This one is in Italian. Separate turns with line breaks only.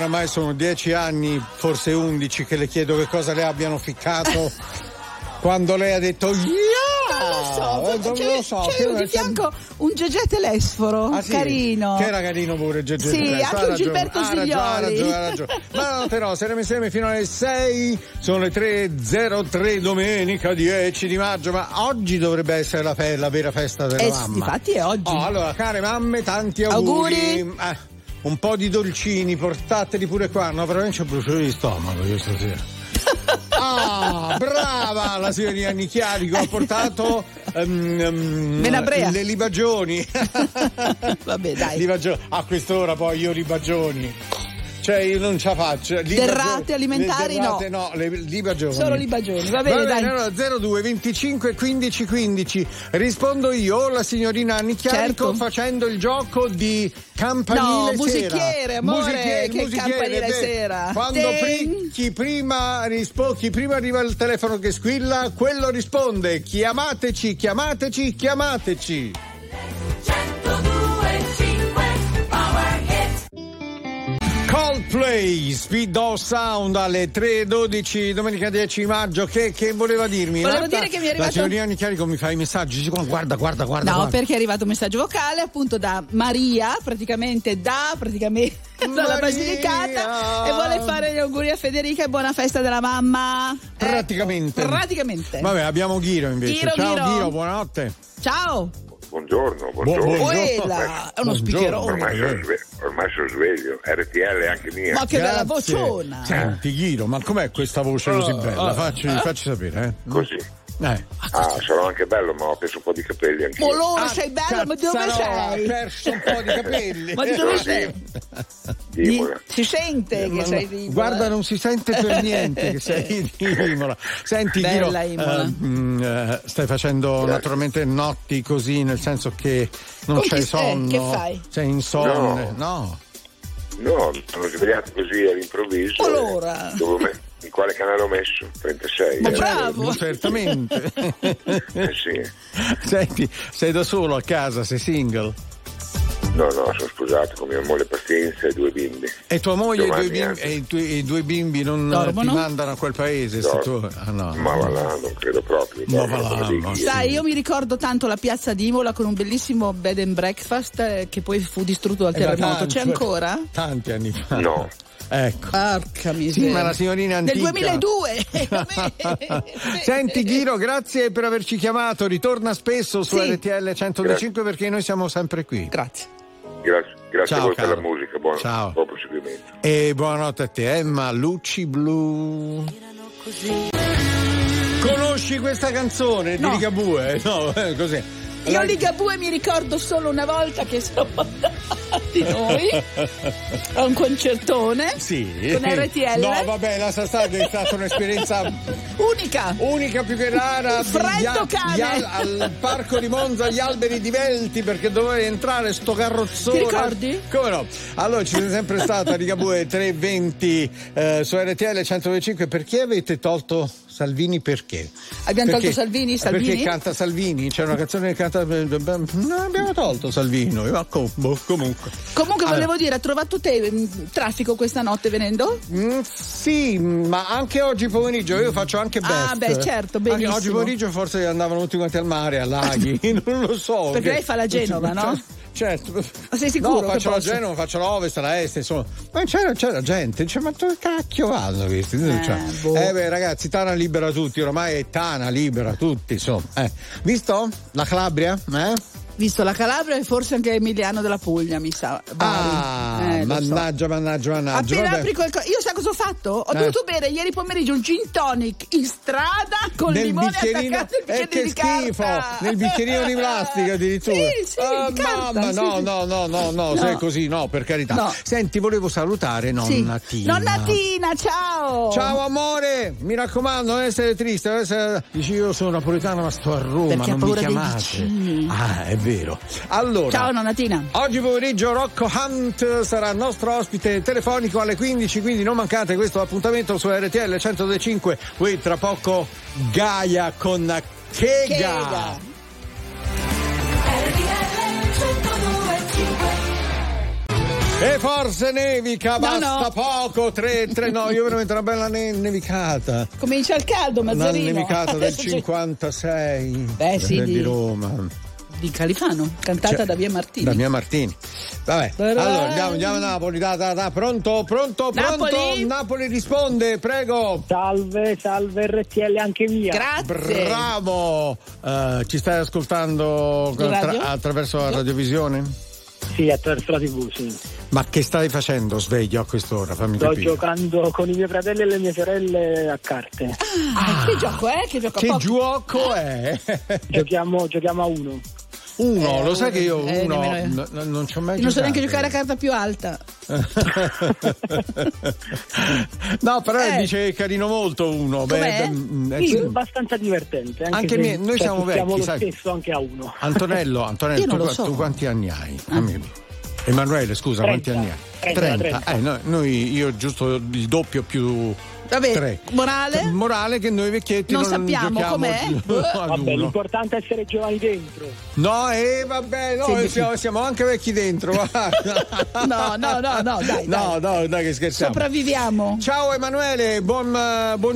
ormai Eh, sono dieci anni, forse undici, che le chiedo che cosa le abbiano ficcato quando lei ha detto yeah!
Non lo so,
Eh, non
c'è,
lo so,
c'è
però
di
è sem-
fianco un Gegete Lesforo,
Ah, sì?
carino. Eh,
Che era carino pure Gegete
Sì,
Lesso, ha
anche un
ragione,
Gilberto
ha ragione, ha
Siglioli.
ragione, ha ragione. Ma no, però, saremo insieme fino alle 6, sono le 3.03 domenica 10 di maggio, ma oggi dovrebbe essere la, fe- la vera festa della
Eh, sì,
mamma.
difatti è oggi.
Oh, allora, care mamme, tanti auguri.
Auguri.
Eh, un po' di dolcini, portateli pure qua. No, veramente c'è un bruciore di stomaco io stasera. Ah, brava la signora di Anni Chiari che ho portato ehm, ehm,
Menabrea.
le libagioni.
Vabbè, dai.
Libagio- a quest'ora poi io libagioni. Cioè io non ce la faccio. Libagio-
Derrate alimentari
le derrate no, le libagioni.
Solo libagioni, va bene,
Va bene,
dai.
allora 02 25 15 15. Rispondo io o la signorina Annicchiari
Certo.
facendo il gioco di campanile
No,
sera.
musichiere, amore,
Musichiere,
che
musichiere,
campanile sera.
Quando
Ting.
pri- chi prima rispo- chi prima arriva il telefono che squilla, quello risponde. Chiamateci, chiamateci, chiamateci. Coldplay, Speed Dog Sound alle 3.12, domenica 10 maggio. Che, che voleva dirmi? In
Volevo
realtà
dire che mi è
La
arrivato-
signorina Nichiarico mi fa i messaggi. dice, Guarda, guarda, guarda.
No,
guarda.
perché è arrivato un messaggio vocale appunto da Maria, praticamente da praticamente
Maria!
dalla Basilicata e vuole fare gli auguri a Federica e buona festa della mamma. Ecco,
Praticamente.
praticamente.
Vabbè, abbiamo Ghiro invece.
Ghiro,
Ciao
Ghiro.
Ghiro, buonanotte.
Ciao.
Buongiorno,
Buon-
buongiorno.
buongiorno.
Quella è uno
Buongiorno.
spiccherone.
Ormai sono, sve- ormai sono sveglio, RTL è anche mia.
Ma che bella
Grazie.
vociona. Ah.
Senti Ghiro, ma com'è questa voce così bella? Facci, facci sapere, eh.
Così.
Eh.
Ah, sarò anche bello, ma ho perso un po' di capelli anche io.
Molone, sei bella, Ah, ma dove
Ah, Cazzarola,
sei?
Ha perso un po' di capelli.
Eh,
Ma di dove sei?
Di Imola.
Di- Si sente
Eh, Ma
che
no,
sei eh? di
Guarda, non si sente per niente che sei di Imola. Senti,
Bella
Ghiro,
Imola.
eh, mm, eh, stai facendo naturalmente notti così, nel senso che non
Con chi
c'hai
stai?
sonno.
Che fai?
Sei insonne. No.
No, mi sono svegliato così all'improvviso. e
Allora.
dovevo me- in quale canale ho messo? 36.
Ma
eh.
bravo.
No, certamente.
Eh sì.
Senti, sei da solo a casa, sei single.
No, no, sono sposato con mia moglie Pazienza e due bimbi.
E tua moglie e, i due
Giovanni,
bimbi,
eh.
e i tuoi- i due bimbi non
Dormono?
ti mandano a quel paese? Se tu... ah, no.
Ma va là, non credo proprio.
Ma
proprio
va là,
così.
ma-
Sai, io mi ricordo tanto la piazza di Imola con un bellissimo bed and breakfast eh, che poi fu distrutto dal
Eh, ma
terremoto. C'è
tanti-
ancora?
Tanti anni fa.
No.
Ecco.
Porca
Sì,
miseria.
ma la signorina
Del
antica.
2002.
eh, Senti Ghiro, grazie per averci chiamato. Ritorna spesso su
Sì.
RTL 125 perché noi siamo sempre qui.
Grazie.
Grazie, grazie
Ciao,
a voi per
caro.
la musica, buon,
Ciao.
buon proseguimento.
E buonanotte a te, Emma Luci Blu. Conosci questa canzone
No.
di Ligabue? No, eh, così.
Io Ligabue mi ricordo solo una volta che siamo andati noi a un concertone
Sì.
con RTL.
No, vabbè, la Sassardi è stata un'esperienza
Unica.
unica più che rara
Freddo
gli al-
cane.
gli al, al parco di Monza gli alberi divelti perché doveva entrare sto carrozzone
Ti ricordi?
come no allora ci sei sempre stata Ligabue 320 eh, su RTL 125 perché avete tolto Salvini perché?
Abbiamo
Perché-
tolto Salvini, Salvini?
perché canta Salvini c'è una canzone che canta eh, no abbiamo tolto Salvini ma com- boh, comunque
Comunque
Allora.
volevo dire, ha trovato te mh, traffico questa notte venendo?
Mm, sì, ma anche oggi pomeriggio io faccio anche best.
Ah, beh, certo,
Anche
benissimo.
Oggi pomeriggio forse andavano tutti quanti al mare, a laghi, non lo so.
Perché
che-
lei fa la Genova, no?
Certo.
Ma sei
No,
sicuro che
faccio la
posso?
Genova, faccio la Ovest, la Est, insomma. Ma c'era, c'era gente, dice, ma dove cacchio vanno questi? Cioè,
boh.
eh, beh, ragazzi, Tana libera tutti, oramai è Tana libera tutti, insomma. Eh. Visto? La Calabria? Eh?
Visto la Calabria e forse anche Emiliano della Puglia, mi sa. Bari.
Ah,
Eh, lo so.
mannaggia, mannaggia, mannaggia.
Appena
vabbè.
apri qualcosa, io sai cosa ho fatto? Ho
Eh.
dovuto bere ieri pomeriggio un gin tonic in strada con il
nel
limone
bicchierino
attaccato al
eh,
bicchiere
che
di
schifo
carta.
nel bicchierino di plastica addirittura
Sì, sì,
Ah,
di carta,
mamma
sì,
no,
sì.
no no no no
No.
se è così no per carità
No.
senti volevo salutare
Sì.
nonna Tina
Nonna Tina, ciao.
Ciao amore, mi raccomando, non essere triste. non essere- Dici io sono napoletano ma sto a Roma,
Perché ha
non mi
paura dei
chiamate.
vicini.
Ah, è vero. Allora,
Ciao nonna Tina.
Oggi pomeriggio Rocco Hunt sarà il nostro ospite telefonico alle 15, quindi non mancate questo appuntamento su RTL 125. Poi tra poco Gaia con Kega.
Chega.
RTL E forse nevica, basta
no.
poco, 3, 3, no, io veramente una bella ne- nevicata.
Comincia il caldo,
Una
Mazzarino.
nevicata del
Adesso c'è-
56
Beh, sì,
eh,
di-
di Roma.
Di Califano, cantata
Cioè,
da Via Martini.
Da Mia Martini. Vabbè.
Però-
Allora andiamo, andiamo a Napoli. Da, da, da. Pronto, pronto, pronto.
Napoli?
Napoli risponde, prego.
Salve, salve RTL anche mia.
Grazie.
Bravo. Eh, ci stai ascoltando
Su radio?
attraverso la radiovisione?
sì, attraverso la TV, sì.
Ma che stai facendo sveglio a quest'ora? Fammi
Sto
capire.
giocando con i miei fratelli e le mie sorelle a carte.
Ah, Che gioco è? Che gioco a
Che
poco?
gioco è?
Giochiamo, giochiamo a uno.
Uno, lo sai che io
Eh,
uno
nemmeno io.
n- n- non ci ho mai giocato.
Io Non so neanche giocare a carta più alta.
no, però
Eh.
dice carino molto uno.
Com'è?
mm, eh,
Sì,
sì.
abbastanza divertente. Anche,
Anche
se
mie- noi siamo
partecipiamo
vecchi,
lo
sai.
stesso anche a uno.
Antonello, Antonello,
Io non
tu,
lo
qua-
so. Ah.
tu quanti anni hai? Fammi capire. Emanuele, scusa,
Trenta.
quanti anni hai?
Trenta, trenta.
Eh, no, noi, io giusto il doppio più
Vabbè,
tre.
morale?
Cioè, Morale che noi vecchietti
Non
non,
sappiamo
giochiamo
com'è.
ad
Vabbè,
uno.
l'importante è essere giovani dentro.
No, e vabbè, no,
Sì,
siamo, siamo anche vecchi dentro. guarda.
No, no, no, no, dai,
No, no, dai che scherziamo.
Sopravviviamo.
Ciao Emanuele, buon, eh, buon